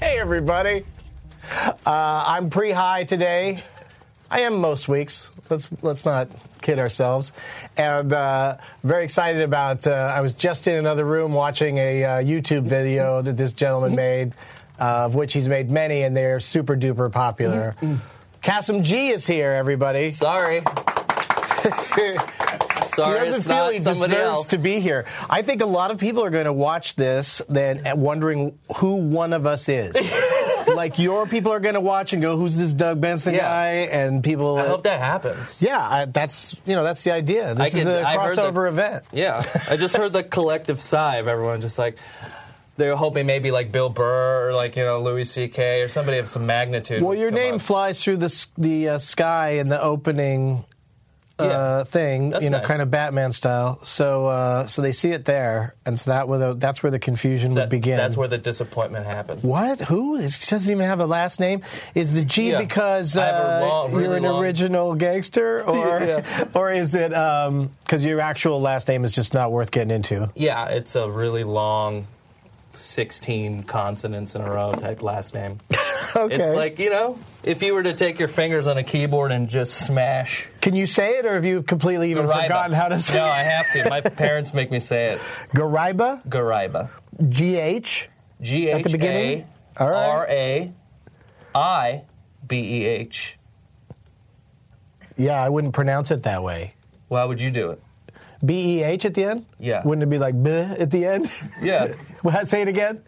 everybody. Uh, I'm pre high today. I am most weeks. Let's let's not kid ourselves. And uh, very excited about. Uh, I was just in another room watching a uh, YouTube video that this gentleman made, uh, of which he's made many, and they're super duper popular. Kasim G is here, everybody. Sorry. He Sorry, doesn't it's feel not he somebody deserves else. to be here. I think a lot of people are going to watch this then and wondering who one of us is. like your people are going to watch and go, "Who's this Doug Benson Yeah. guy?" And people, I hope that happens. yeah, I, that's you know that's the idea. This is a could- I've heard the- crossover event. Yeah. I just heard the collective sigh of everyone just like they were hoping maybe like Bill Burr or like, you know, Louis C.K. or somebody of some magnitude. Well, would your come name up. flies through the s- the uh, sky in the opening uh, Yeah. thing, That's you know, nice. kind of Batman style. So uh, so they see it there, and so that was that's where the confusion That- would begin. That's where the disappointment happens. What? Who? It doesn't even have a last name. Is the G Yeah. because I have a uh, long- you're really an long- original gangster, or Yeah. or is it because your actual last name is just not worth getting into? Yeah, it's a really long 16 consonants in a row type last name. Okay. It's like, you know, if you were to take your fingers on a keyboard and just smash Can you say it, or have you completely even Gariba. forgotten how to say No, I have to. My parents make me say it. it? Gariba? Gariba. G H. G H the beginning? A All right. R A I B E H. Yeah, I wouldn't pronounce it that way. Why would you do it? B E H at the end. Yeah. Wouldn't it be like B at the end? Yeah. What? say it again.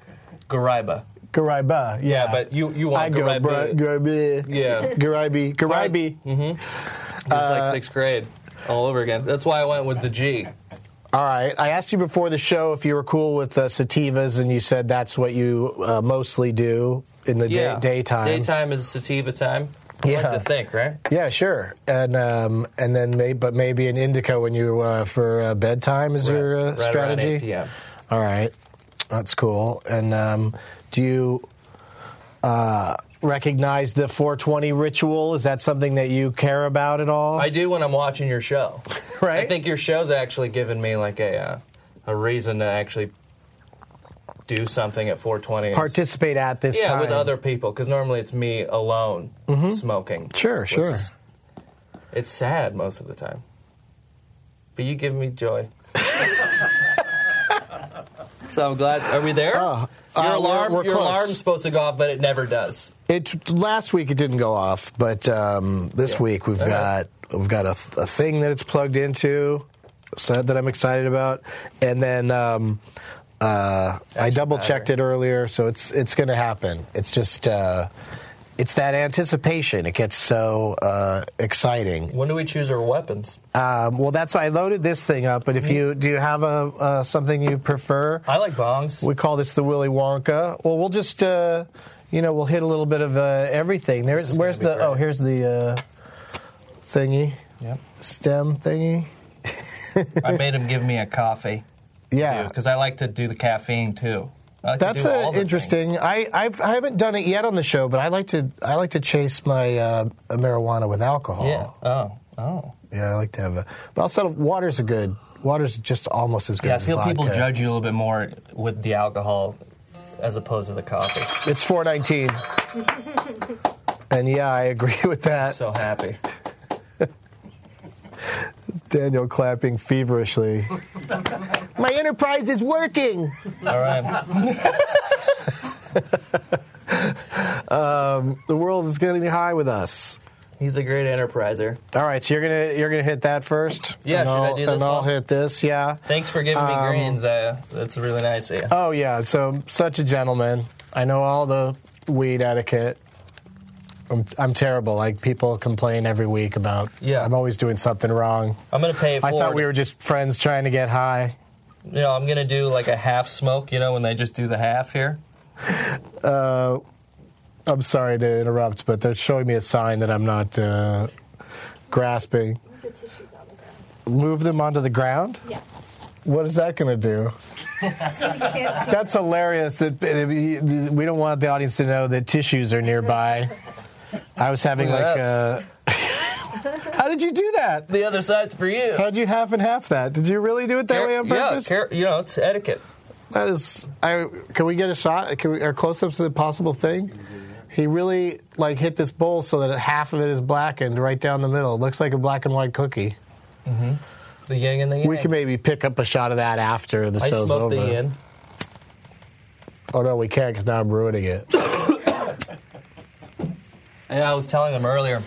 Gariba. Gariba. Yeah, Yeah, but you you I want go Gariba. bruh, Gariba. Yeah. Garibi. Garibi. It's Uh, like sixth grade all over again. That's why I went with the G. All right. I asked you before the show if you were cool with uh, sativas, and you said that's what you uh, mostly do in the Yeah. day, daytime. Daytime is sativa time. You Yeah. like to think, right? Yeah, sure. And um, and then maybe, but maybe an indica when you uh, for uh, bedtime is your uh, right strategy. Around 8 p.m. All right, that's cool. And um, do you uh, recognize the 420 ritual? Is that something that you care about at all? I do when I'm watching your show. right. I think your show's actually given me like a uh, a reason to actually do something at 420. participate at this yeah, time with other people because normally it's me alone smoking. Mm-hmm. Sure, which sure. is- it's sad most of the time, but you give me joy. so I'm glad. Are we there? your uh, alarm, we're- we're your close. alarm's supposed to go off, but it never does. It last week it didn't go off, but um, this Yeah. week we've All got right. we've got a, a thing that it's plugged into so that I'm excited about, and then um, uh, I should double checked it matter. earlier, so it's it's going to happen. It's just uh, it's that anticipation. It gets so uh, exciting. When do we choose our weapons? Um, well, that's I loaded this thing up, but if you do you have a uh, something you prefer? I like bongs. We call this the Willy Wonka. Well, we'll just, uh, you know, we'll hit a little bit of uh, everything. There's, is where's the? gonna be Oh, great. here's the uh, thingy, Yep. stem thingy. I made him give me a coffee. Yeah, because I like to do the caffeine too. I like to that's do a all the interesting. I I've, I haven't done it yet on the show, but I like to I like to chase my uh, marijuana with alcohol. things. Yeah. Oh. Oh. Yeah, I like to have a. But I'll settle. Water's a good. Water's just almost as good. Yeah, I as feel people vodka. judge you a little bit more with the alcohol as opposed to the coffee. It's four nineteen. And yeah, I agree with that. So happy. Daniel clapping feverishly. My enterprise is working. All right. The world is going to be high with us. He's a great enterpriser. All right, so you're gonna you're gonna hit that first. Yeah, and should I I'll- do this And I'll one? hit this. Yeah. Thanks for giving me Um, greens. Uh, that's really nice of you. Oh yeah. So such a gentleman. I know all the weed etiquette. I'm, I'm terrible. Like people complain every week about. Yeah. I'm always doing something wrong. I'm going to pay it I forward. thought we were just friends trying to get high. You know, I'm going to do like a half smoke, you know, when they just do the half here. Uh, I'm sorry to interrupt, but they're showing me a sign that I'm not uh, grasping. The tissues on the ground. Move them onto the ground. Yes. What is that going to do? So you can't see. That's hilarious. That uh, we don't want the audience to know that tissues are nearby. I was having Look like, at uh, how did you do that? The other side's for you. How'd you half and half that? Did you really do it that way on yeah, purpose? care, you know, it's etiquette. That is, I can we get a shot? Can we, are close-ups the possible thing? He really like hit this bowl so that half of it is blackened right down the middle. It looks like a black and white cookie. The yin and the yang. We can maybe pick up a shot of that after the I show's smoked over. the yin. Oh no, we can't because now I'm ruining it. Yeah, I was telling them earlier.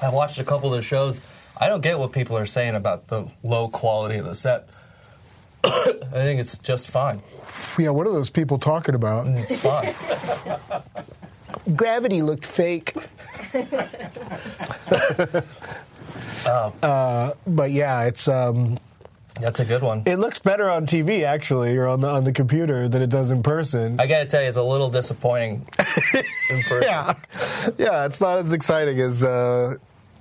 I watched a couple of the shows. I don't get what people are saying about the low quality of the set. I think it's just fine. yeah, what are those people talking about? It's fine. Gravity looked fake. Uh, but yeah, it's um, Um, That's a good one. it looks better on TV actually, or on the on the computer than it does in person. I gotta tell you, it's a little disappointing. in person. yeah, yeah, it's not as exciting as uh,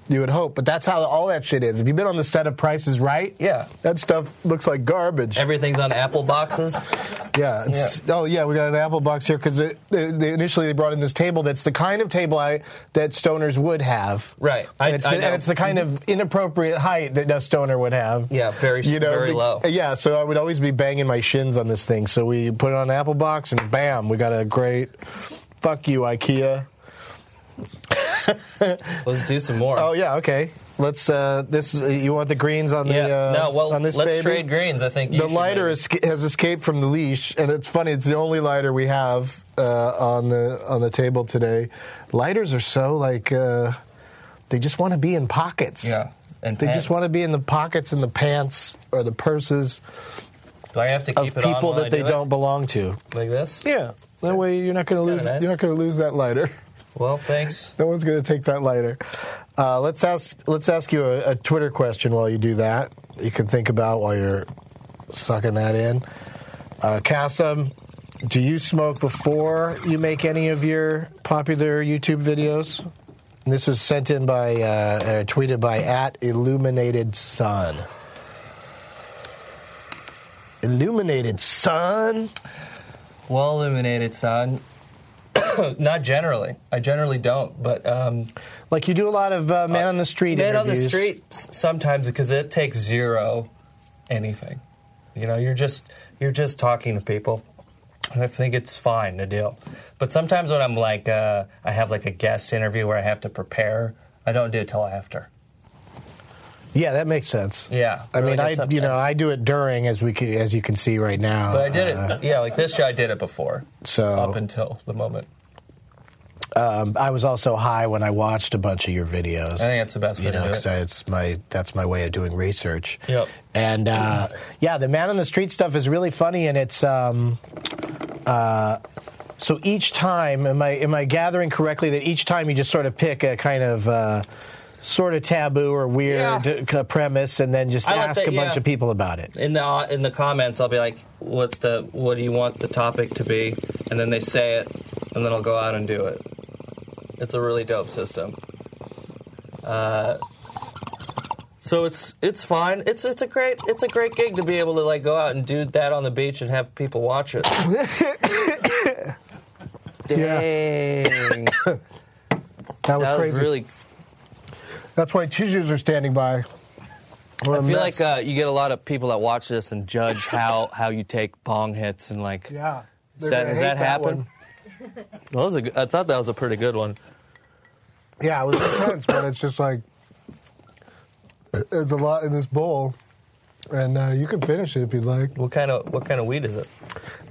you would hope. But that's how all that shit is. If you've been on the set of Prices Right, Yeah. that stuff looks like garbage. Everything's on Apple boxes. Yeah. It's, Oh, yeah. We got an apple box here because they, they, initially they brought in this table that's the kind of table I, that stoners would have. Right. I- And it's, I the, know. and it's the kind of inappropriate height that a stoner would have. Yeah, very- very the- low. Yeah. So I would always be banging my shins on this thing. So we put it on an apple box and bam, we got a great. Fuck you, IKEA. Let's do some more. Oh yeah. Okay. Let's. Uh, this. You want the greens on yeah. the? Uh, no, well, on this let's baby? trade greens. I think you the should lighter maybe- esca- has escaped from the leash, and it's funny. It's the only lighter we have uh, on the on the table today. Lighters are so like uh, they just want to be in pockets. Yeah, and they pants. just want to be in the pockets and the pants or the purses Do I have to of keep it on people while I that they do it? don't belong to. like this? Yeah, that way you're not going to kinda lose. nice. You're not going to lose that lighter. Well, thanks. No one's going to take that lighter. Uh, let's ask. Let's ask you a, a Twitter question while you do that. You can think about while you're sucking that in. Uh, Kasim, do you smoke before you make any of your popular YouTube videos? And this was sent in by, uh, uh, tweeted by at Illuminated Sun. Illuminated Sun. Well illuminated, son. Not generally. I generally don't, but um, Like you do a lot of uh, man on the street. man on the interviews. street s- sometimes because it takes zero anything. You know, you're just you're just talking to people. And I think it's fine to do. But sometimes when I'm like, uh, I have like a guest interview where I have to prepare. I don't do it till after. Yeah, that makes sense. Yeah, I or mean, like a I sub- you know I do it during as we can, as you can see right now. But I did Uh, it. Yeah, like this show, I did it before. So- up until the moment, um, I was also high when I watched a bunch of your videos. I think that's the best way you know, to do 'cause it. I- it's my that's my way of doing research. Yep. And uh, yeah, the man on the street stuff is really funny, and it's um, uh, so each time am I am I gathering correctly that each time you just sort of pick a kind of. Uh, Sort of taboo or weird uh, premise, and then just I like ask that, a bunch yeah. of people about it. in the uh, in the comments I'll be like what the what do you want the topic to be and then they say it and then I'll go out and do it it's a really dope system uh, so it's it's fine it's it's a great it's a great gig to be able to like go out and do that on the beach and have people watch it dang That was that crazy. was really That's why Chizus are standing by. What I feel like uh, you get a lot of people that watch this and judge how how you take bong hits and like yeah. Does that, does that happen? Well, that was a good- I thought that was a pretty good one. Yeah, it was intense, but it's just like there's a lot in this bowl, and uh, you can finish it if you'd like. What kind of what kind of weed is it?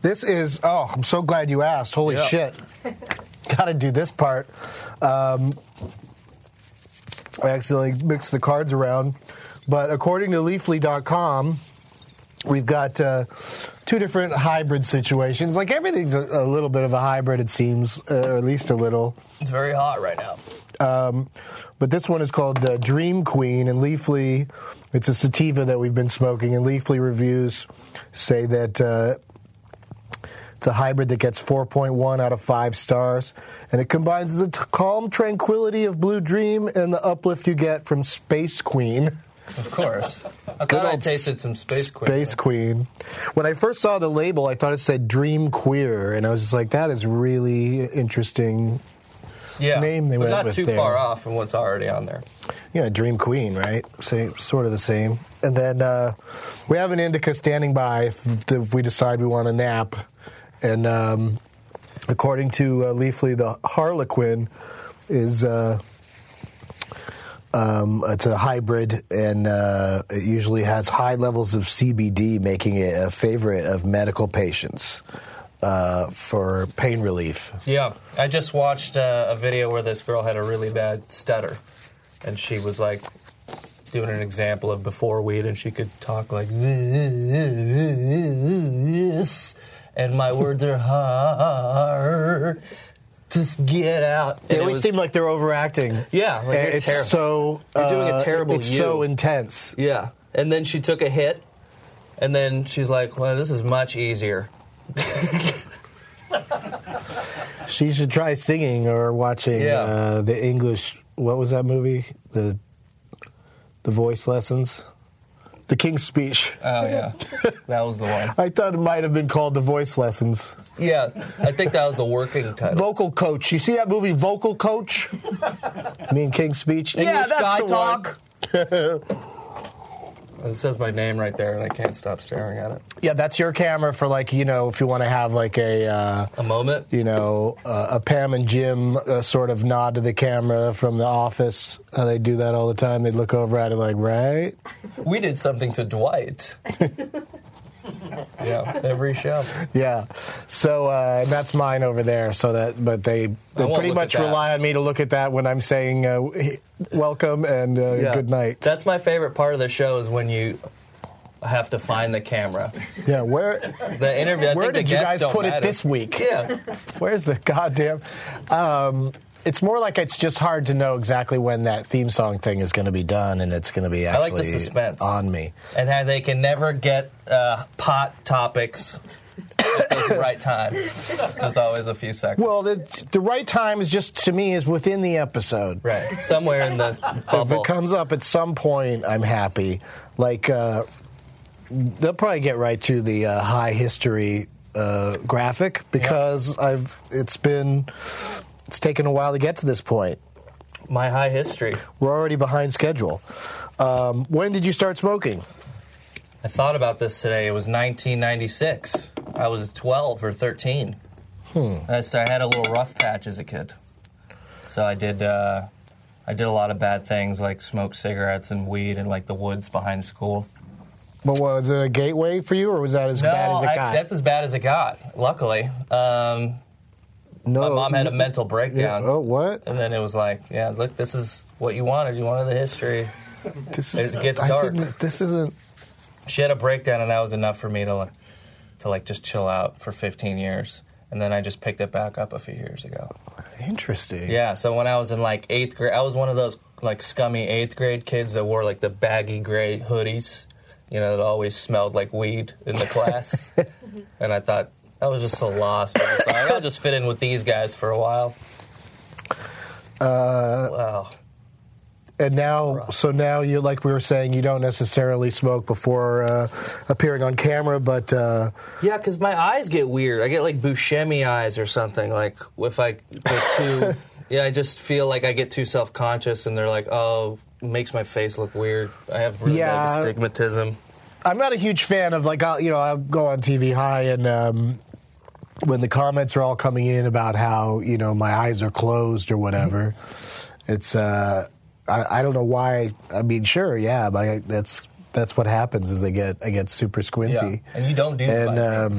This is oh, I'm so glad you asked. Holy Yeah. shit! Got to do this part. Um, I actually mixed the cards around, but according to Leafly.com, we've got uh, two different hybrid situations. Like everything's a, a little bit of a hybrid, it seems, uh, or at least a little. It's very hot right now. But this one is called uh, Dream Queen, and Leafly, it's a sativa that we've been smoking, and Leafly reviews say that uh, it's a hybrid that gets 4.1 out of 5 stars, and it combines the t- calm tranquility of Blue Dream and the uplift you get from Space Queen. Of course. I thought I old tasted some space queen. Space Queen. When I first saw the label, I thought it said Dream Queer, and I was just like, that is really interesting yeah. name they But went not with too there. far off from what's already on there. yeah, Dream Queen, right? Same, sort of the same. And then uh, we have an indica standing by if, if we decide we want a nap. And um, according to uh, Leafly, the Harlequin is uh, um, it's a hybrid, and uh, it usually has high levels of CBD, making it a favorite of medical patients uh, for pain relief. Yeah, I just watched uh, a video where this girl had a really bad stutter, and she was like doing an example of before weed, and she could talk like this, and my words are hard. Just get out. And They it always was- seem like they're overacting. yeah, like, you're And it's terrible. so You're doing a uh, terrible It's you. so intense. Yeah. And then she took a hit, and then she's like, well, this is much easier. She should try singing or watching Yeah. uh, the English. What was that movie? The the voice lessons, the King's Speech. Oh, yeah. that was the one. I thought it might have been called the voice lessons. Yeah, I think that was the working title. Vocal Coach. You see that movie, Vocal Coach? Me and King's Speech. yeah, English that's guy the One. talk. it says my name right there, and I can't stop staring at it. Yeah, that's your camera for like you know if you want to have like a. Uh, A moment. you know, uh, a Pam and Jim uh, sort of nod to the camera from the office. How they do that all the time. They look over at it like, right? We did something to Dwight. yeah, every show. Yeah. So uh, and that's mine over there. So that, but they, they won't pretty look much at that. rely on me to look at that when I'm saying uh, w- welcome and uh, Yeah. good night. That's my favorite part of the show is when you have to find the camera. yeah. Where The interview. I where think the did you guests guys don't put it matter. this week? Yeah, Where's the goddamn? Um, it's more like it's just hard to know exactly when that theme song thing is going to be done, and it's going to be actually like the suspense. on me. and how they can never get uh, pot topics at the right time. There's always a few seconds. Well, the, the right time is just to me is within the episode. Right, somewhere in the If bubble. it comes up at some point, I'm happy. Like uh, they'll probably get right to the uh, high history uh, graphic because I've it's been it's taken a while to get to this point. my high history. We're already behind schedule. Um, when did you start smoking? I thought about this today. It was 1996. I was 12 or 13. Hmm. I, s- I had a little rough patch as a kid. So I did. Uh, I did a lot of bad things, like smoke cigarettes and weed in like the woods behind school. But was it a gateway for you, or was that as No, bad as it I- got? that's as bad as it got. Luckily, um, no, my mom had a mental Oh, Yeah. breakdown, Oh, what? and then it was like, yeah, look, this is what you wanted. You wanted the history. This It gets I dark. didn't- this isn't. she had a breakdown and that was enough for me to like to like just chill out for 15 years and then i just picked it back up a few years ago Interesting. yeah so when i was in like eighth grade i was one of those like scummy eighth grade kids that wore like the baggy gray hoodies you know that always smelled like weed in the class and i thought i was just so lost i was like i'll just fit in with these guys for a while uh, wow And now, so now you like we were saying, you don't necessarily smoke before uh, appearing on camera, but uh, Yeah, because my eyes get weird. I get like Buscemi eyes or something. Like if I get too, yeah, I just feel like I get too self conscious, and they're like, oh, it makes my face look weird. I have really Yeah. like astigmatism. I'm not a huge fan of like I'll, you know I'll go on TV high and um, when the comments are all coming in about how you know my eyes are closed or whatever, Mm-hmm. it's uh, I, I don't know why. I mean, sure, yeah, my, that's that's what happens is they get I get super squinty. and you don't do that. And um,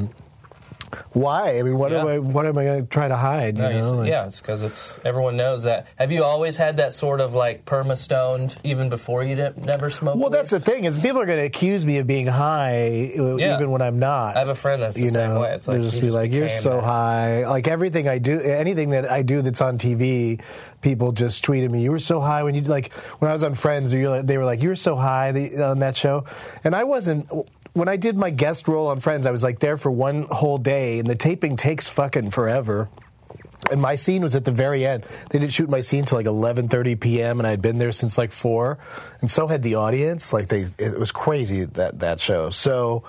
why? I mean, what am Yeah. I? What am I going to try to hide? no, you you s- know? Like- yeah, it's because it's everyone knows that. Have you always had that sort of like perma stoned even before you did, never smoked? Well, weed? that's the thing is people are going to accuse me of being high uh, Yeah. even when I'm not. I have a friend that's the you same know, way. It's like they'll just you be like, "You're became so that." high." Like everything I do, anything that I do that's on TV, people just tweeted me, "You were so high when you like when I was on Friends." Or you're like, they were like, "You were so high the, on that show," and I wasn't. When I did my guest role on Friends, I was like there for one whole day, and the taping takes fucking forever. And my scene was at the very end. They didn't shoot my scene till like 11:30 p.m. and I'd been there since like four, and so had the audience. Like they, it was crazy that that show. So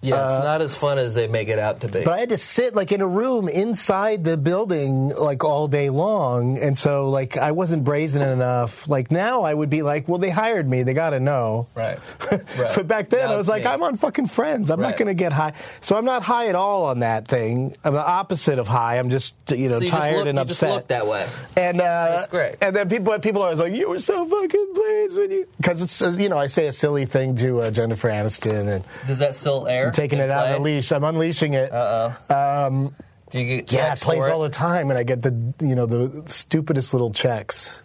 Yeah, it's not as fun as they make it out to be. But I had to sit like in a room inside the building like all day long, and so like I wasn't brazen enough. Like now I would be like, well, they hired me, they got to know. right. But back then Now I was it's like, me. I'm on fucking Friends. I'm not Right. going to get high, so I'm not high at all on that thing. I'm the opposite of high. I'm just you know So you just tired look- and you upset. Just look that way. And uh, That's great. And then people, people are always like, "You were so fucking pleased when you," because it's uh, you know I say a silly thing to uh, Jennifer Aniston and Does that still air? taking it out on a leash. I'm unleashing it. Do you get yeah, it checks plays Uh, for all the time, and I get the you know the stupidest little checks.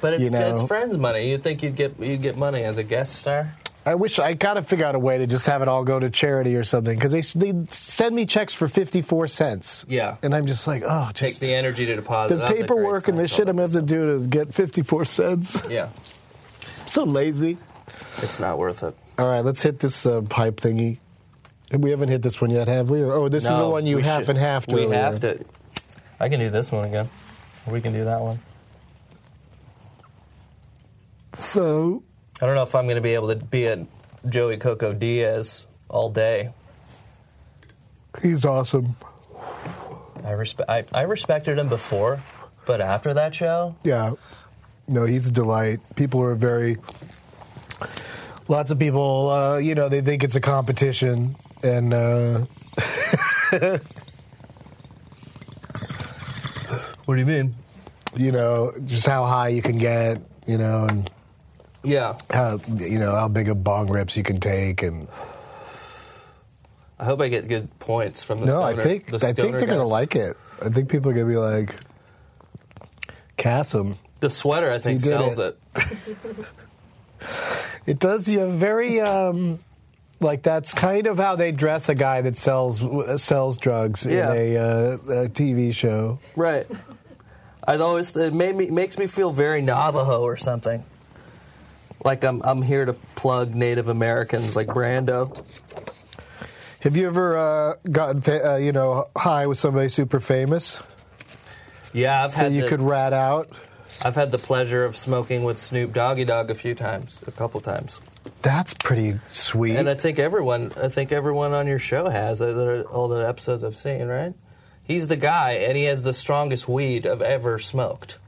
But it's, you know. it's friends' money. You'd think you'd get you'd get money as a guest star. I wish I gotta figure out a way to just have it all go to charity or something because they they send me checks for fifty four cents. Yeah. and I'm just like, oh, Take just the energy to deposit. the That's a great paperwork and the Seinfeld shit I'm gonna have to do to get fifty four cents. episode. Yeah, I'm so lazy. it's not worth it. All right, let's hit this uh, pipe thingy. We haven't hit this one yet, have we? Or- Oh, this is the No, one you we half should- and half. We have to. I can do this one again. Or we can do that one. So I don't know if I'm going to be able to be at Joey Coco Diaz all day. he's awesome. I respect. I, I respected him before, but after that show, Yeah. No, he's a delight. People are very. Lots of people, uh, you know, they think it's a competition, and uh, what do you mean? you know just how high you can get, you know, and Yeah, how you know how big of bong rips you can take, and I hope I get good points from the. no, I stoner- think the I think stoner they're gonna guys. like it. I think people are gonna be like, Cass him. the sweater. I think You did sells it. it. It does. You have very um, like that's kind of how they dress a guy that sells sells drugs Yeah. in a, uh, a TV show. Right. I always it made me makes me feel very Navajo or something. Like I'm I'm here to plug Native Americans like Brando. Have you ever uh, gotten fa- uh, you know high with somebody super famous Yeah, I've that had you the, could rat out? I've had the pleasure of smoking with Snoop Doggy Dogg a few times, a couple times, That's pretty sweet. and I think everyone I think everyone on your show has uh, that are all the episodes I've seen. Right? He's the guy, and he has the strongest weed I've ever smoked,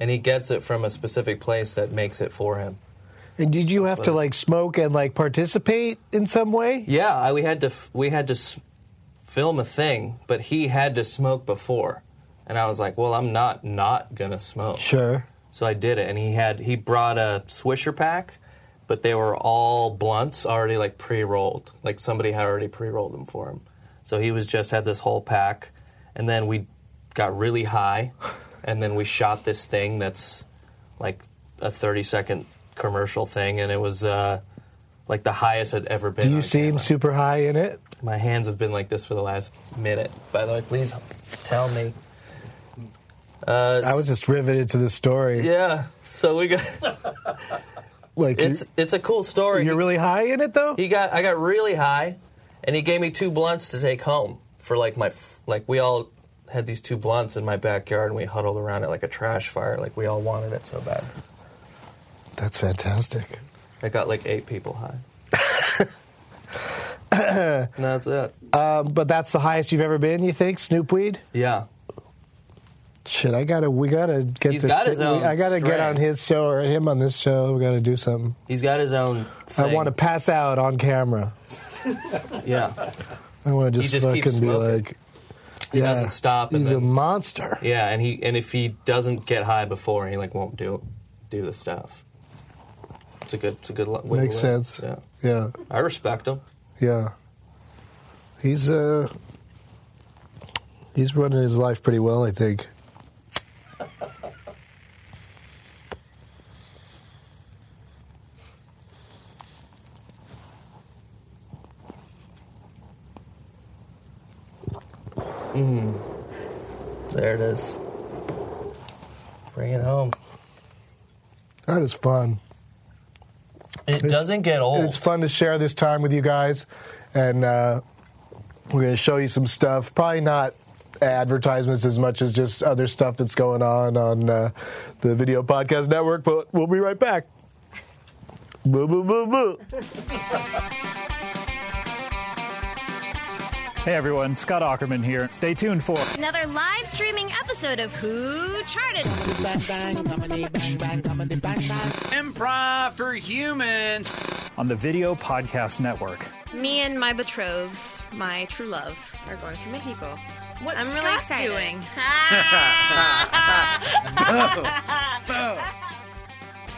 and he gets it from a specific place that makes it for him. and did you have to like smoke and like participate in some way? Yeah, I, we had to f- we had to s- film a thing, but he had to smoke before, and I was like, "Well, I'm not not gonna smoke." Sure. So I did it, and he had he brought a Swisher pack, but they were all blunts already like pre-rolled, like somebody had already pre-rolled them for him. So he was just had this whole pack, and then we got really high, and then we shot this thing that's like a 30 second commercial thing, and it was. Uh, like the highest I'd ever been. Do you on seem camera. super high in it? My hands have been like this for the last minute. By the way, please tell me. Uh, I was just riveted to the story. yeah. So we got Like you- it's it's a cool story. you're really high in it though. he got I got really high, and he gave me two blunts to take home for like my f- like we all had these two blunts in my backyard and we huddled around it like a trash fire like we all wanted it so bad. That's fantastic. I got like eight people high. And That's it. Um, but that's the highest you've ever been, you think, Snoopweed? Yeah. Shit, I gotta, we gotta get He's this. got his we- own I gotta get string. on his show or him on this show. We gotta do something. He's got his own. Thing. I want to pass out on camera. Yeah. I want to just, He just keeps fucking be smoking. like, He yeah, doesn't stop. and He's a then- monster. Yeah, and he and if he doesn't get high before, he like won't do do the stuff. It's a good, it's a good li- way. to Makes live. sense. Yeah, Yeah, I respect him. yeah. He's uh, he's running his life pretty well, I think. There it is. Bring it home. That is fun. It doesn't get old. It's fun to share this time with you guys, and uh, we're going to show you some stuff. Probably not advertisements as much as just other stuff that's going on on uh, the Video Podcast Network, but we'll be right back. Boo, boo, boo, boo. Hey everyone, Scott Ackerman here. Stay tuned for Another live streaming episode of Who Charted. Improv for humans. on the Video Podcast Network. Me and my betrothed, my true love, are going to Mexico. What's I'm really Scott excited. doing?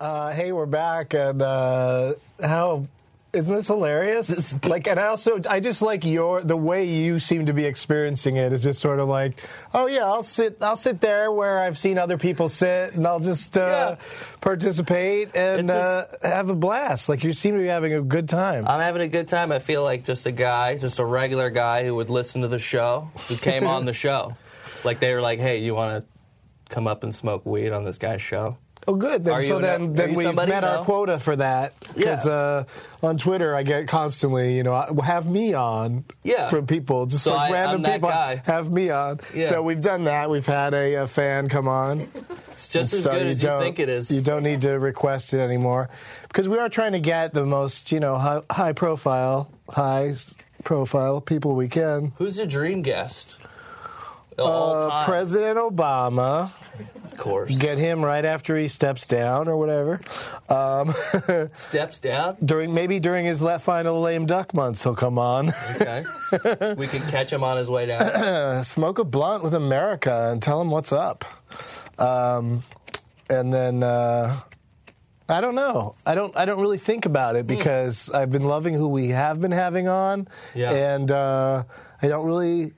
Uh, hey, we're back, and uh, how isn't this hilarious? like, and I also I just like your the way you seem to be experiencing it is just sort of like, oh yeah, I'll sit I'll sit there where I've seen other people sit, and I'll just uh, participate and It's just- uh, have a blast. Like you seem to be having a good time. I'm having a good time. I feel like just a guy, just a regular guy who would listen to the show, who came on the show. Like they were like, "Hey, you want to come up and smoke weed on this guy's show?" Oh, good. Then, Are so you then, an- are then you we've somebody? met our No. quota for that. Because Yeah. uh, on Twitter, I get constantly, you know, "I- have me on Yeah. from people, just So like I- random I'm that people. guy. Have me on. Yeah. So we've done that. We've had a, uh fan come on. It's just as so good as you don't- think it is. You don't need to request it anymore. Because we are trying to get the most, you know, high, high profile, high s- profile people we can. Who's your dream guest? Of all Uh, time, President Obama. of course. Get him right after he steps down or whatever. Um, Steps down. during maybe during his la- final lame duck months he'll come on Okay, we can catch him on his way down. smoke a blunt with america and tell him what's up um, and then uh, i don't know i don't i don't really think about Hmm. it because i've been loving who we have been having on Yeah. and uh, i don't really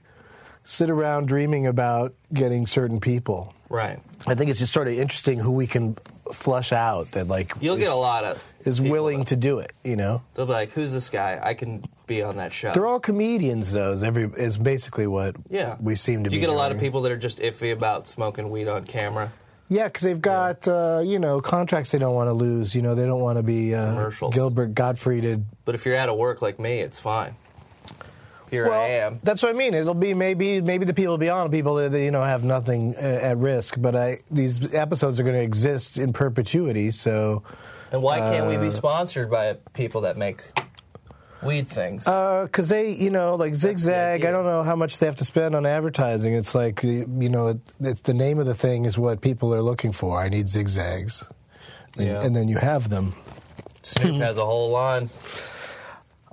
sit around dreaming about getting certain people Right. i think it's just sort of interesting who we can flush out that like You'll is, get a lot of. is people willing that- to do it you know They'll be like, "Who's this guy? I can be on that show." They're all comedians, though. Is every is basically what yeah, we seem to Do be. You get a lot of doing. people that are just iffy about smoking weed on camera. Yeah, because they've got uh, you know contracts they don't want to lose. You know they don't want to be uh, Commercials. Gilbert Gottfrieded. But if you're out of work like me, it's fine. Here I am. that's what I mean. It'll be maybe maybe the people beyond people that you know have nothing uh, at risk. But I, these episodes are going to exist in perpetuity. So And why can't uh, we be sponsored by people that make weed things? because Uh, they you know like zigzag. I idea. don't know how much they have to spend on advertising. It's like you know it, it's the name of the thing is what people are looking for. I need zigzags, and, Yeah. and then you have them. Snoop has a whole line.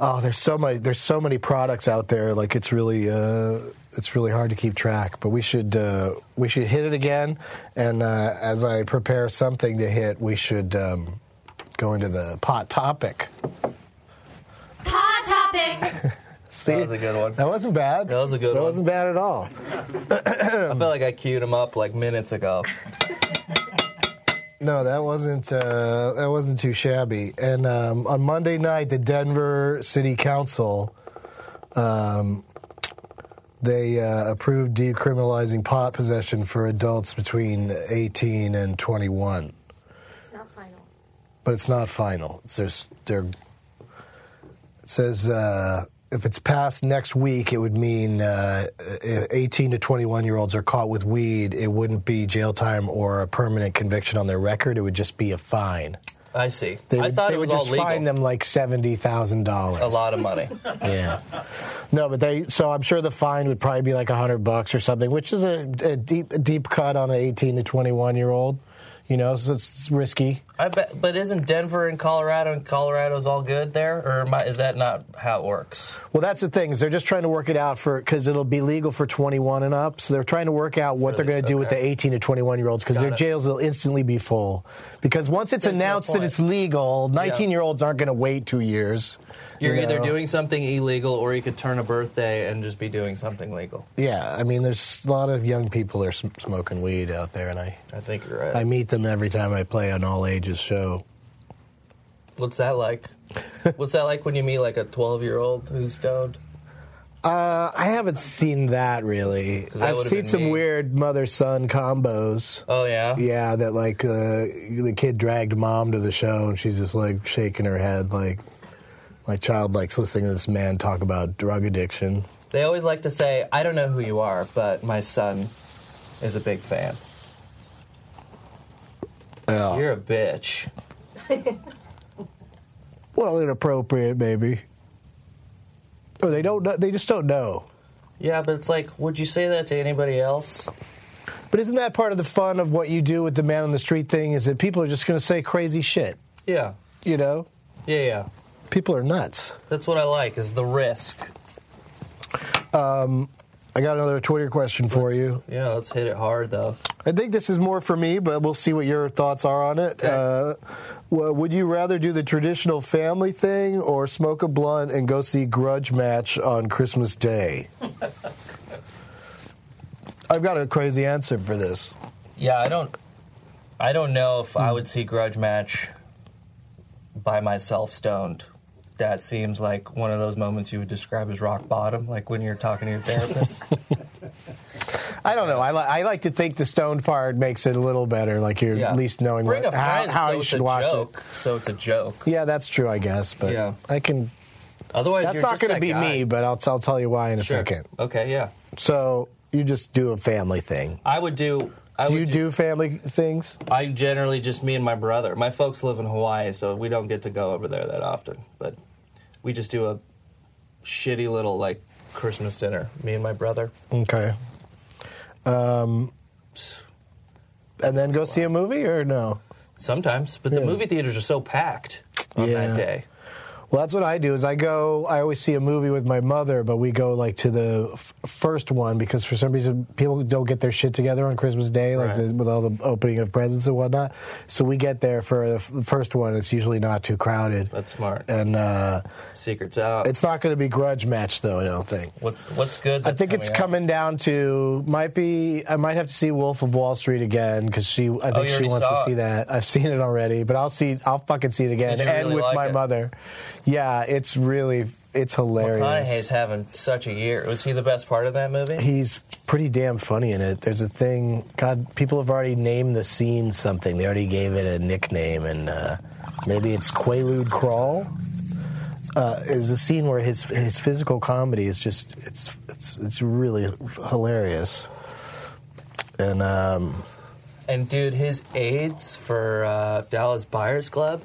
Oh, there's so many. There's so many products out there. Like it's really, uh, it's really hard to keep track. But we should, uh, we should hit it again. And uh, as I prepare something to hit, we should um, go into the pot topic. Hot topic. See, was a good one. That wasn't bad. That was a good That one. wasn't bad at all. I feel like I queued him up like minutes ago. No, that wasn't. Uh, that wasn't too shabby. And um, on Monday night, the Denver City Council, um, they uh, approved decriminalizing pot possession for adults between 18 and 21. It's not final. But it's not final. It's there's they're, it says uh, if it's passed next week, it would mean uh, if 18 to 21 year olds are caught with weed. It wouldn't be jail time or a permanent conviction on their record. It would just be a fine. I see. They I would, thought they it was would all just legal. fine them like seventy thousand dollars. A lot of money. Yeah. No, but they. So I'm sure the fine would probably be like a hundred bucks or something, which is a, a deep a deep cut on an 18 to 21 year old. You know, so it's, it's risky. I bet. But isn't Denver and Colorado and Colorado's all good there, or am I, is that not how it works? Well, that's the thing is they're just trying to work it out for because it'll be legal for 21 and up. So they're trying to work out what they're Really? going to do with the Okay. 18 to 21 year olds because their it. jails will instantly be full. Because once it's There's no announced that point. it's legal, 19 year olds aren't going to wait two years. You're you either know? doing something illegal, or you could turn a birthday and just be doing something legal. Yeah, I mean, there's a lot of young people that are sm- smoking weed out there, and I I think you're right. I meet them every time I play an all ages show. What's that like? What's that like when you meet like a 12 year old who's stoned? Uh, I haven't seen that really. that I've would've seen been some me. weird mother son combos. Oh yeah. Yeah, that like uh, the kid dragged mom to the show, and she's just like shaking her head, like my child likes listening to this man talk about drug addiction. They always like to say, "I don't know who you are, but my son is a big fan." Yeah. You're a bitch. Well, inappropriate, maybe. Or they don't. Know, they just don't know. Yeah, but it's like, would you say that to anybody else? But isn't that part of the fun of what you do with the man on the street thing? Is that people are just going to say crazy shit? Yeah, You know, yeah, yeah. people are nuts. That's what I like is the risk. I got another Twitter question for you. Yeah, let's hit it hard though. I think this is more for me, but we'll see what your thoughts are on it. Uh, well, would you rather do the traditional family thing or smoke a blunt and go see Grudge Match on Christmas Day? I've got a crazy answer for this. Yeah, I don't. I don't know if Hmm. I would see Grudge Match by myself stoned. That seems like one of those moments you would describe as rock bottom, like when you're talking to your therapist. I don't know. I, li- I like to think the stone part makes it a little better, like you're Yeah. at least knowing Bring what, a how, friend, how so you it's should a watch joke, So it's a joke. it. Yeah, that's true, I guess. But Yeah. I can. Otherwise, That's you're not just going to that be guy. me, but I'll, I'll tell you why in a Sure. second. Okay, yeah. So you just do a family thing. I would do. I Do would you do family things? I generally just me and my brother. My folks live in Hawaii, so we don't get to go over there that often. But we just do a shitty little like Christmas dinner. Me and my brother. Okay. Um, and then go see a movie or no? Sometimes, but the Yeah. movie theaters are so packed on Yeah. that day. Well, that's what I do. Is I go. I always see a movie with my mother, but we go like to the f- first one because for some reason people don't get their shit together on Christmas Day, like Right. the, with all the opening of presents and whatnot. So we get there for the f- first one. It's usually not too crowded, That's smart. and uh, Secrets out. it's not going to be grudge match though. I don't think. what's what's good? I that's think it's out? coming down to might be I might have to see Wolf of Wall Street again because she I think Oh, you she already wants to saw it. see that. I've seen it already, but I'll see I'll fucking see it again Did and you really with like my it? mother. Yeah, it's really it's McConaughey's hilarious. having such a year. Was he the best part of that movie? He's pretty damn funny in it. There's a thing. God, people have already named the scene something. They already gave it a nickname, and uh, maybe it's Quaalude Crawl. Uh, is a scene where his his physical comedy is just it's it's it's really hilarious. And um, And dude, his aids for uh, Dallas Buyers Club,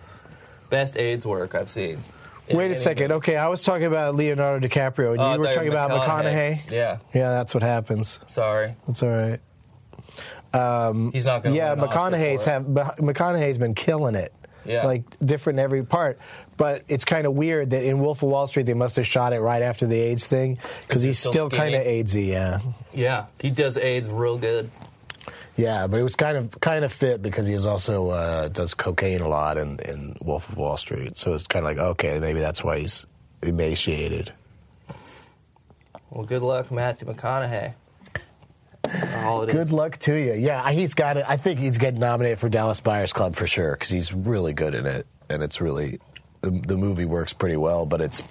best aids work I've seen. In wait a any- second, okay, I was talking about Leonardo DiCaprio, and Oh, I you were thought talking about McConaughey. Yeah, Yeah, that's what happens. sorry, That's all right. Oh, he's not going. to yeah, McConaughey's have McConaughey's been killing it. Yeah. Like different every part, but it's kind of weird that in Wolf of Wall Street they must have shot it right after the AIDS thing because he's he's still still kind of skinny. AIDSy. Yeah, Yeah, he does aids real good. yeah, but it was kind of kind of fit because he was also uh, does cocaine a lot in, in Wolf of Wall Street, so it's kind of like okay, maybe that's why he's emaciated. Well, good luck, Matthew McConaughey. All it is. Good luck to you. Yeah, he's got it. I think he's getting nominated for Dallas Buyers Club for sure because he's really good in it, and it's really the, the movie works pretty well. But it's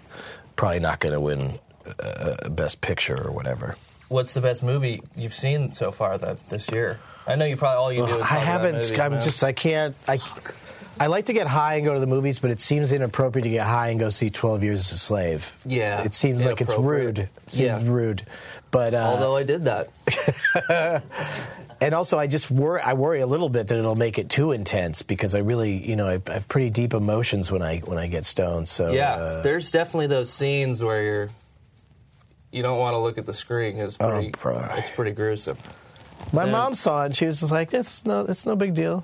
probably not going to win uh, Best Picture or whatever. What's the best movie you've seen so far that this year? I know you probably all you do. is I talk about haven't. movies, I'm man. just. I can't. I. I like to get high and go to the movies, but it seems inappropriate to get high and go see Twelve Years a Slave. Yeah, it seems like it's inappropriate. rude. seems Yeah. rude. But uh, Although I did that. and also I just worry. I worry a little bit that it'll make it too intense because I really, you know, I, I have pretty deep emotions when I when I get stoned. So Yeah, uh, there's definitely those scenes where you're you don't want to look at the screen. 'cause It's Oh, pretty, bro. it's pretty gruesome. my there- mom saw it. and She was just like, "It's no, it's no big deal."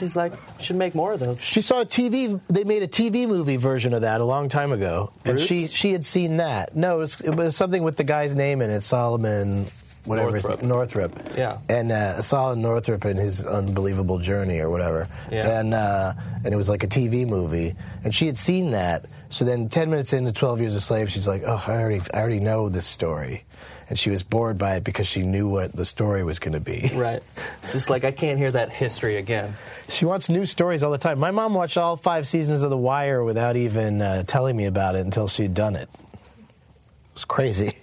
She's like, should make more of those. She saw a TV. They made a TV movie version of that a long time ago, and she Roots? she had seen that. No, it was, it was something with the guy's name in it, Solomon. Whatever Northrop. his Northrop, Yeah. and uh, Solomon Northrop and his unbelievable journey or whatever, Yeah. and uh, and it was like a TV movie, and she had seen that. So then, ten minutes into Twelve Years a Slave, she's like, "Oh, I already, I already know this story," and she was bored by it because she knew what the story was going to be. Right. It's Just like I can't hear that history again. She wants new stories all the time. My mom watched all five seasons of The Wire without even uh, telling me about it until she'd done it. It was crazy.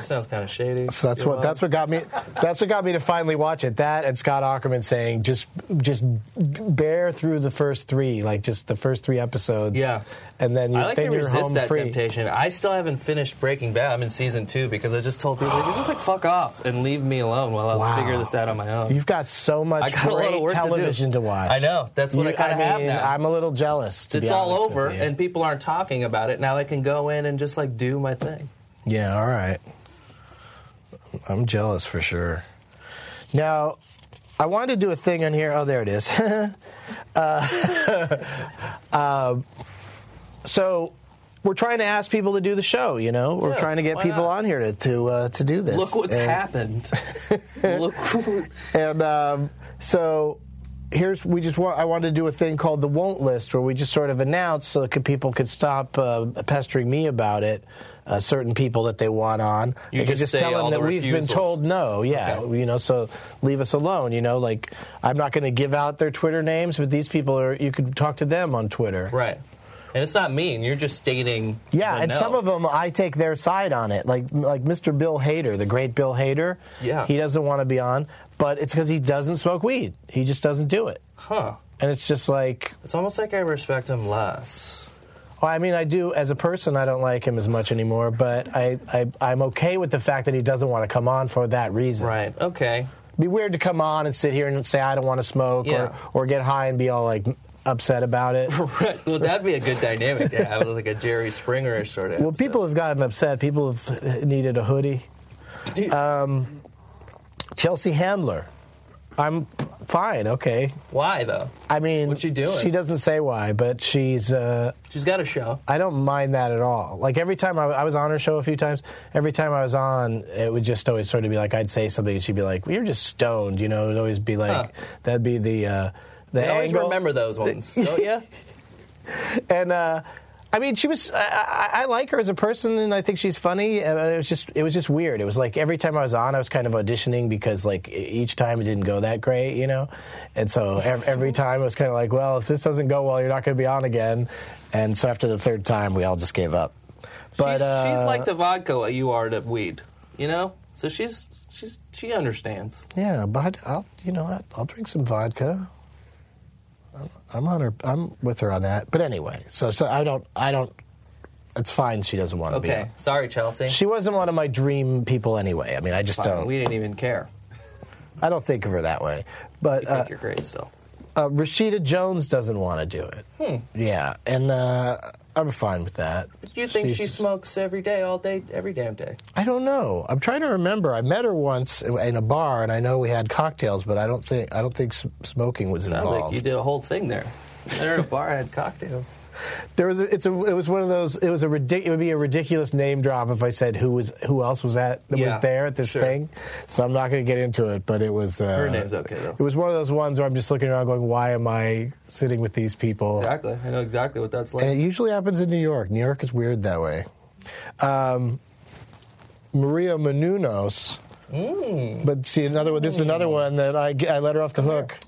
sounds kind of shady. So that's Your what mom. that's what got me. That's what got me to finally watch it. That and Scott Ackerman saying just just bear through the first three, like just the first three episodes. Yeah. and then you, I like then to you're home resist that free. temptation. I still haven't finished Breaking Bad. I'm in season two because I just told people, like, just like fuck off and leave me alone while I Wow. figure this out on my own. You've got so I much got a lot of great work to do. television to, watch. I know. That's what I kinda have mean, now. I'm a little jealous. To it's be all honest with over you. and people aren't talking about it. Now I can go in and just like do my thing. Yeah, all right. I'm jealous for sure. Now, I wanted to do a thing on here. Oh, there it is. uh, um, so, we're trying to ask people to do the show. You know, we're Yeah, trying to get why people not? on here to to, uh, to do this. Look what's And- happened. Look. Who, and um, so here's we just want I wanted to do a thing called the won't list where we just sort of announce so that could- people could stop uh, pestering me about it. Uh, certain people that they want on, they You could just just say tell them all that the we've been refusals. told no. Yeah, Okay. you know, so leave us alone. You know, like I'm not going to give out their Twitter names, but these people are. You could talk to them on Twitter. right. And it's not mean. You're just stating. Yeah, the and no. some of them I take their side on it, like like Mr. Bill Hader, the great Bill Hader. Yeah. he doesn't want to be on, but it's because he doesn't smoke weed. He just doesn't do it, Huh. and it's just like, It's almost like I respect him less. well, I mean, I do as a person, I don't like him as much anymore, but I, I I'm okay with the fact that he doesn't want to come on for that reason. Right. Okay. It'd be weird to come on and sit here and say I don't want to smoke Yeah. or or get high and be all like upset about it. Right. Well, that'd be a good dynamic to have, like a Jerry Springerish sort of. Well, episode. people have gotten upset. People have uh, needed a hoodie. Um, Chelsea Handler. I'm fine. Okay. Why though? I mean, What you doing? She doesn't say why, but she's. Uh, She's got a show. I don't mind that at all. Like every time I, I was on her show a few times, every time I was on, it would just always sort of be like I'd say something and she'd be like, "You're just stoned," you know. It'd always be like Huh. that'd be the uh, the I always angle. remember those ones, don't you? and uh, I mean, she was. I, I, I like her as a person, and I think she's funny. And it was just, it was just weird. It was like every time I was on, I was kind of auditioning because like e, each time it didn't go that great, you know. And so ev- every time it was kind of like, well, if this doesn't go well, you're not going to be on again. And so after the third time, we all just gave up. But she's, uh, she's like the vodka you are to weed, you know. So she's she's she understands. yeah, but I'll, you know, I'll, I'll drink some vodka. I'm- I'm on her. I'm with her on that. But anyway, so so I don't. I don't. It's fine. She doesn't want to be. on. Okay, sorry, Chelsea. She wasn't one of my dream people anyway. I mean, I just Fine, don't. We didn't even care. I don't think of her that way. But We think uh, you're great still. uh, Rashida Jones doesn't want to do it. Hmm. Yeah, and uh, I'm fine with that. You think she she's- smokes every day, all day, every damn day? I don't know. I'm trying to remember. I met her once in a bar, and I know we had cocktails, but I don't think I don't think s- smoking was Sounds involved. like you did a whole thing there. There at a bar, I had cocktails. There was a, it's a, it was one of those. It was a ridic- It would be a ridiculous name drop if I said who was who else was at that Yeah, was there at this sure. thing. So I'm not going to get into it. But it was uh, Her name's okay, though. It was one of those ones where I'm just looking around, going, "Why am I sitting with these people?" Exactly. I know exactly what that's like. And it usually happens in New York. New York is weird that way. Um, Maria Menounos. Mm. But see, another one. This is another one that I, g- I let her off the hook.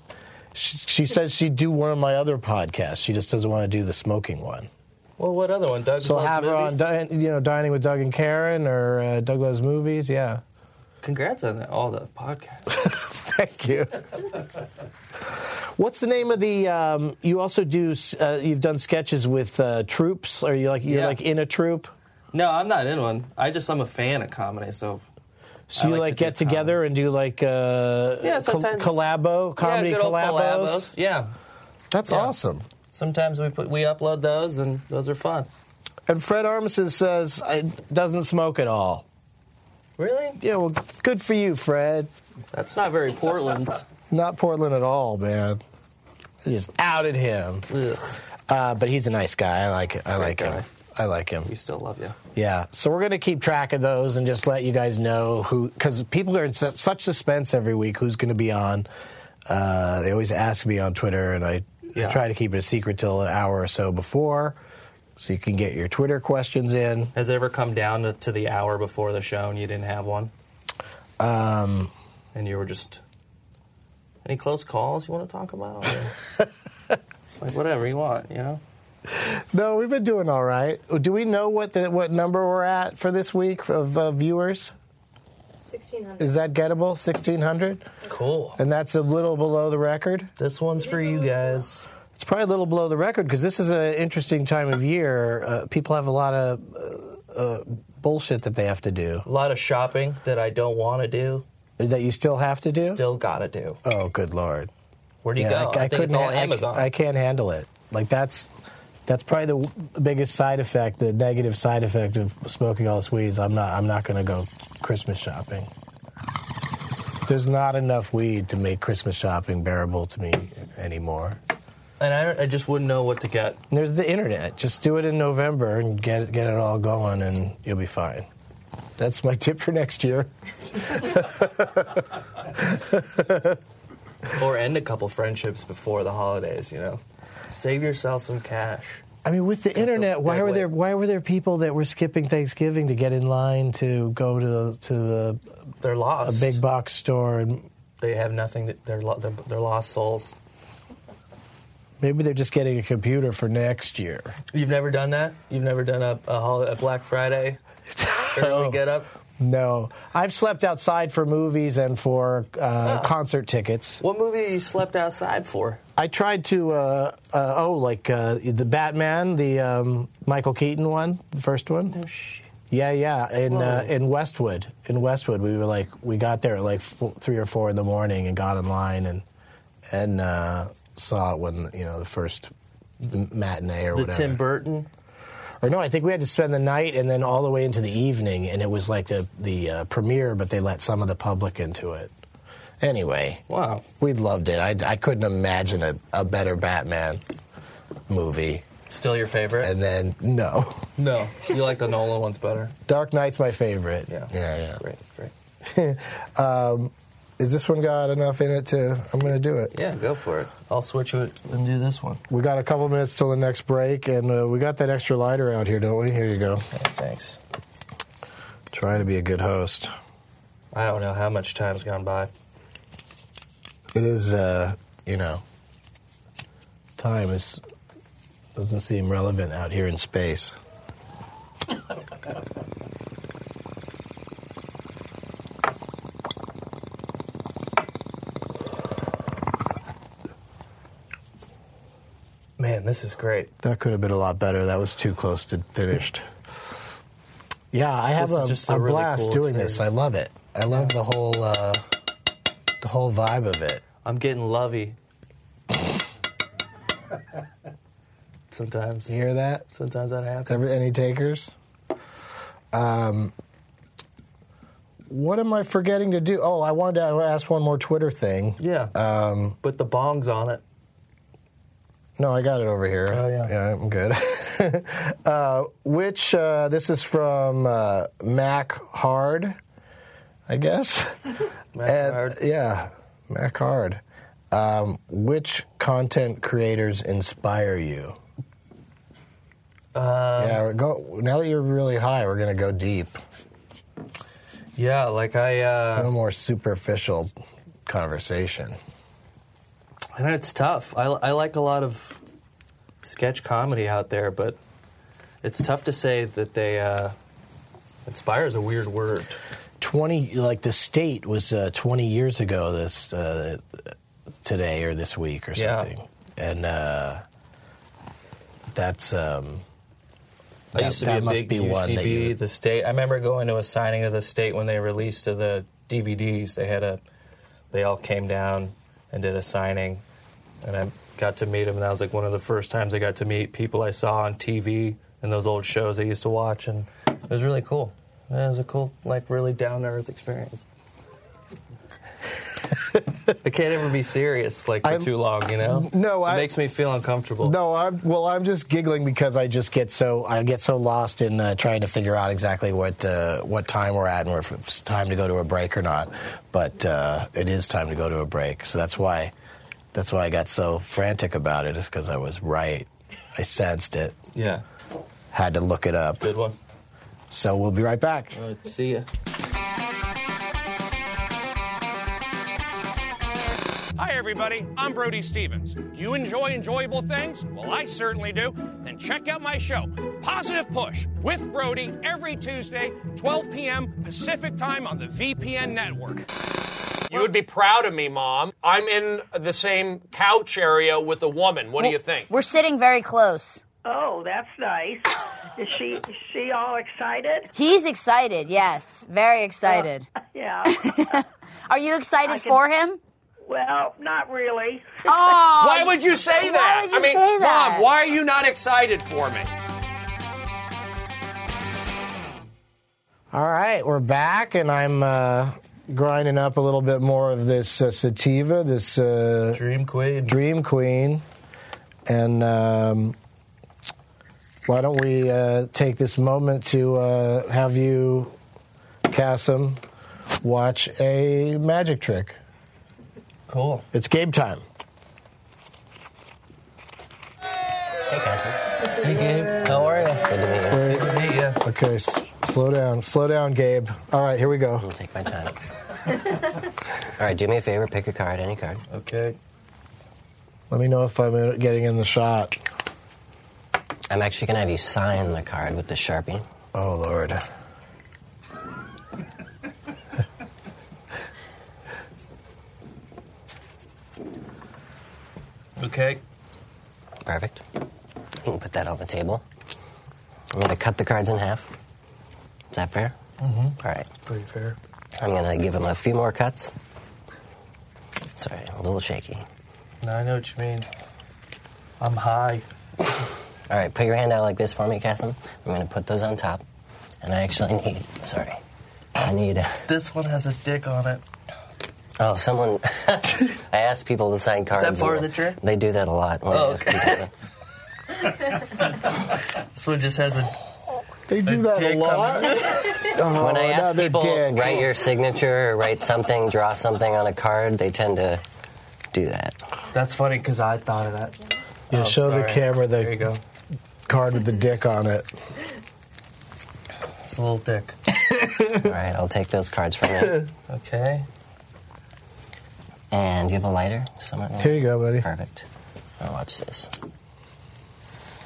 She, she says she'd do one of my other podcasts. She just doesn't want to do the smoking one. well, what other one? Doug So Loves have her on, Movies? di- you know, dining with Doug and Karen or uh, Doug Loves Movies. Yeah, Congrats on that, all the podcasts. thank you. What's the name of the? Um, you also do. s- Uh, you've done sketches with uh, troops. Are you like you're Yeah. like in a troop? no, I'm not in one. I just I'm a fan of comedy, so So you I like like, to do get together and do like uh, Yeah, sometimes- col- collabo comedy yeah, good old collabos. collabos. Yeah. That's Yeah. awesome. Sometimes we put we upload those, and those are fun. And Fred Armisen says I doesn't smoke at all. Really? Yeah, well, good for you, Fred. That's not very Portland. Not Portland at all, man. I just outed him. Ugh. Uh, but he's a nice guy. I like I like him. guy. I like him. We still love you. Yeah. So we're going to keep track of those and just let you guys know who, because people are in su- such suspense every week who's going to be on. Uh, they always ask me on Twitter, and I, I Yeah. try to keep it a secret till an hour or so before, so you can get your Twitter questions in. Has it ever come down to, to the hour before the show and you didn't have one? Um, And you were just. Any close calls you want to talk about? Or- It's like, whatever you want, you know? No, we've been doing all right. Do we know what the, what number we're at for this week of uh, viewers? 1600. Is that gettable? Sixteen hundred, Cool. and that's a little below the record. This one's for you guys. It's probably a little below the record because this is an interesting time of year. Uh, people have a lot of uh, uh, bullshit that they have to do A lot of shopping that I don't want to do. that you still have to do. Still gotta do. Oh, good lord! Where do you go? I, think it's all ha- I- Amazon. I, can't handle it. Like that's that's probably the w- biggest side effect, the negative side effect of smoking all this weed. Is I'm not I'm not going to go Christmas shopping. There's not enough weed to make Christmas shopping bearable to me anymore. and I, don't- I just wouldn't know what to get. And there's the internet. Just do it in November and get get it all going, and you'll be fine. That's my tip for next year. Or end a couple friendships before the holidays, you know? Save yourself some cash. I mean, with the internet, why that were way. there why were there people that were skipping Thanksgiving to get in line to go to to the They're a lost. big box store and they have nothing. To, they're, lo- they're they're lost souls. maybe they're just getting a computer for next year. You've never done that. You've never done a a, hol- a Black Friday early No. get up. No, I've slept outside for movies and for uh, concert tickets. What movie you slept outside for? I tried to uh, uh, oh like uh, the Batman, the um, Michael Keaton one, the first one. Oh shit! Yeah, yeah. In uh, Whoa. in Westwood, in Westwood, we were like we got there at like four, three or four in the morning and got in line and and uh, saw it when you know the first m- matinee or The whatever. Tim Burton. or no, I think we had to spend the night and then all the way into the evening, and it was like the the uh, premiere, but they let some of the public into it. Anyway, Wow. we loved it. I, I couldn't imagine a, a better Batman movie. Still your favorite? And then no, no, you like the Nolan ones better. Dark Knight's my favorite. Yeah. yeah, yeah. Great, great. Is this one got enough in it to? I'm going to do it. Yeah, go for it. I'll switch it and do this one. We got a couple minutes till the next break, and uh, we got that extra lighter out here, don't we? Here you go. Yeah, thanks. Try to be a good host. I don't know how much time's gone by. It is, uh, you know, time is doesn't seem relevant out here in space. Man, this is great. That could have been a lot better. That was too close to finished. Yeah, I have This is a, just a, a really blast cool doing this. I experience. love it. I love the whole uh, the whole vibe of it. I'm getting lovey. Sometimes, You hear that? sometimes that happens. Every, any takers? Um, what am I forgetting to do? Oh, I wanted to ask one more Twitter thing. Yeah. Um, With the bongs on it. No, I got it over here. Oh, yeah. yeah, I'm good. uh, which uh, this is from uh, Mac Hard, I guess. And- Mac Hard. Yeah, Mac Hard. Um, which content creators inspire you? Um, Uh, yeah, we're go, now that you're really high, we're gonna go deep. Yeah, like I, uh, no more superficial conversation. and it's tough. I, I like a lot of sketch comedy out there, but it's tough to say that they, uh, inspire is a weird word. 20 like the state was uh, 20 years ago this uh, today or this week or Yeah. something and uh, that's um, I used to that be a must big be UCB, one that you would- the state. I remember going to a signing of the state when they released the DVDs. They had a, they all came down and did a signing, and I got to meet them. And that was like one of the first times I got to meet people I saw on TV and those old shows I used to watch, and it was really cool. It was a cool, like really down to earth experience. I can't ever be serious like for I'm- too long, you know. No, it I- makes me feel uncomfortable. no i'm well i'm just giggling because i just get so i get so lost in uh, trying to figure out exactly what uh, what time we're at and if it's time to go to a break or not but uh, it is time to go to a break so that's why that's why i got so frantic about it is because i was right i sensed it Yeah, had to look it up good one. so we'll be right back All right, see ya. Hi, Hi, everybody. I'm Brody Stevens. Do you enjoy enjoyable things? Well, I certainly do. Then check out my show, Positive Push, with Brody every Tuesday, 12 p.m. Pacific time on the VPN network. You would be proud of me, Mom. I'm in the same couch area with a woman. What do you think? We're sitting very close. Oh, that's nice. Is she is she all excited? He's excited, yes. Very excited. Yeah. Are you excited for him? Well, not really. Oh. Why would you say that? would you I mean, say that? Mom, why are you not excited for me? All right, we're back, and I'm uh, grinding up a little bit more of this uh, sativa, this uh, Dream Queen. Dream Queen. And um, why don't we uh, take this moment to uh, have you, Cassim, watch a magic trick? Cool. It's game time. Hey, Cassie. Hey, Gabe. How are you? Good to meet you. Wait, Good to meet you. okay, s- slow down, slow down, Gabe. All right, here we go. I'll take my time. All right, do me a favor. Pick a card, any card. Okay. Let me know if I'm uh, getting in the shot. I'm actually gonna have you sign the card with the sharpie. Oh Lord. Okay. Perfect. You can put that on the table. I'm gonna cut the cards in half. Is that fair? Mm-hmm. All right. Pretty fair. I'm gonna give him a few more cuts. Sorry, a little shaky. Now I know what you mean. I'm high. All right, put your hand out like this for me, Cassim. I'm gonna put those on top, and I actually need. Sorry, I need. This one has a dick on it. Oh, someone. I asked people to sign cards. part and of the trick? They do that a lot. When I Oh, ask okay. people to- This one just has a. They do that a dick lot. Oh, When I ask another people dick. write your signature or write something, draw something on a card, they tend to do that. That's funny because I thought of that. Yeah, Oh, show the sorry. camera the There you go. card with the dick on it. It's a little dick. All right, I'll take those cards from you. Okay. And do you have a lighter? Somewhere? Here you go, buddy. Perfect. Now watch this.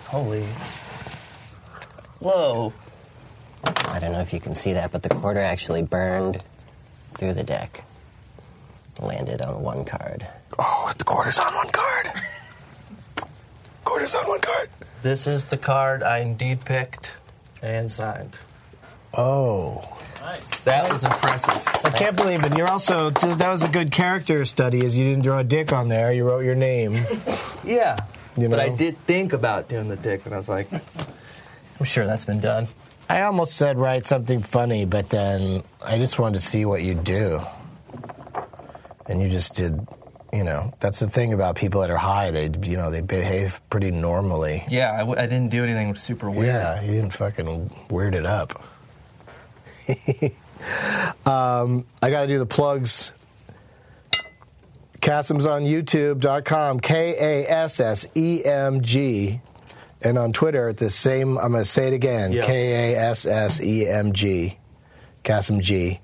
Holy. Whoa. I don't know if you can see that, but the quarter actually burned through the deck, landed on one card. Oh, the quarter's on one card. Quarter's on one card. This is the card I indeed picked and signed. Oh, That was impressive. I can't believe it. You're also that was a good character study, is you didn't draw a dick on there. You wrote your name. Yeah. You But I know? did think about doing the dick, and I was like, I'm sure that's been done. I almost said write something funny, but then I just wanted to see what you do. And you just did, you know, that's the thing about people that are high. They, you know, they behave pretty normally. Yeah, I, w- I didn't do anything super weird. Yeah, you didn't fucking weird it up. um, I got to do the plugs. Kassem's on YouTube.com, K A S S E M G, and on Twitter at the same. I'm gonna say it again, Yeah. K A S S E M G, Kassem G.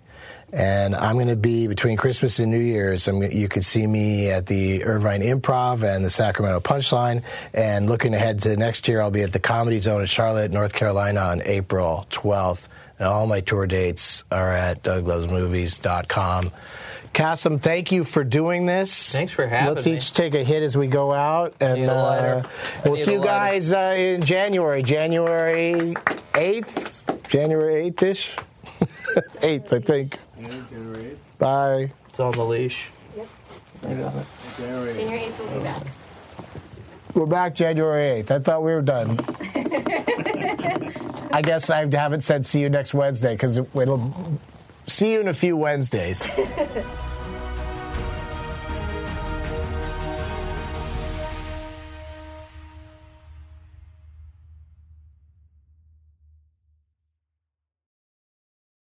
And I'm going to be between Christmas and New Year's. I'm, you could see me at the Irvine Improv and the Sacramento Punchline. And looking ahead to next year, I'll be at the Comedy Zone in Charlotte, North Carolina on April 12th. And all my tour dates are at douglovesmovies.com. Cassim, thank you for doing this. Thanks for having Let's me. each take a hit as we go out. And Need a lighter. uh, we'll need see a you lighter. guys uh, in January. January 8th? January 8th ish? 8th, I think. Bye. it's on the leash. January 8th will be back. We're back January 8th. I thought we were done. I guess I haven't said see you next Wednesday because it'll see you in a few Wednesdays.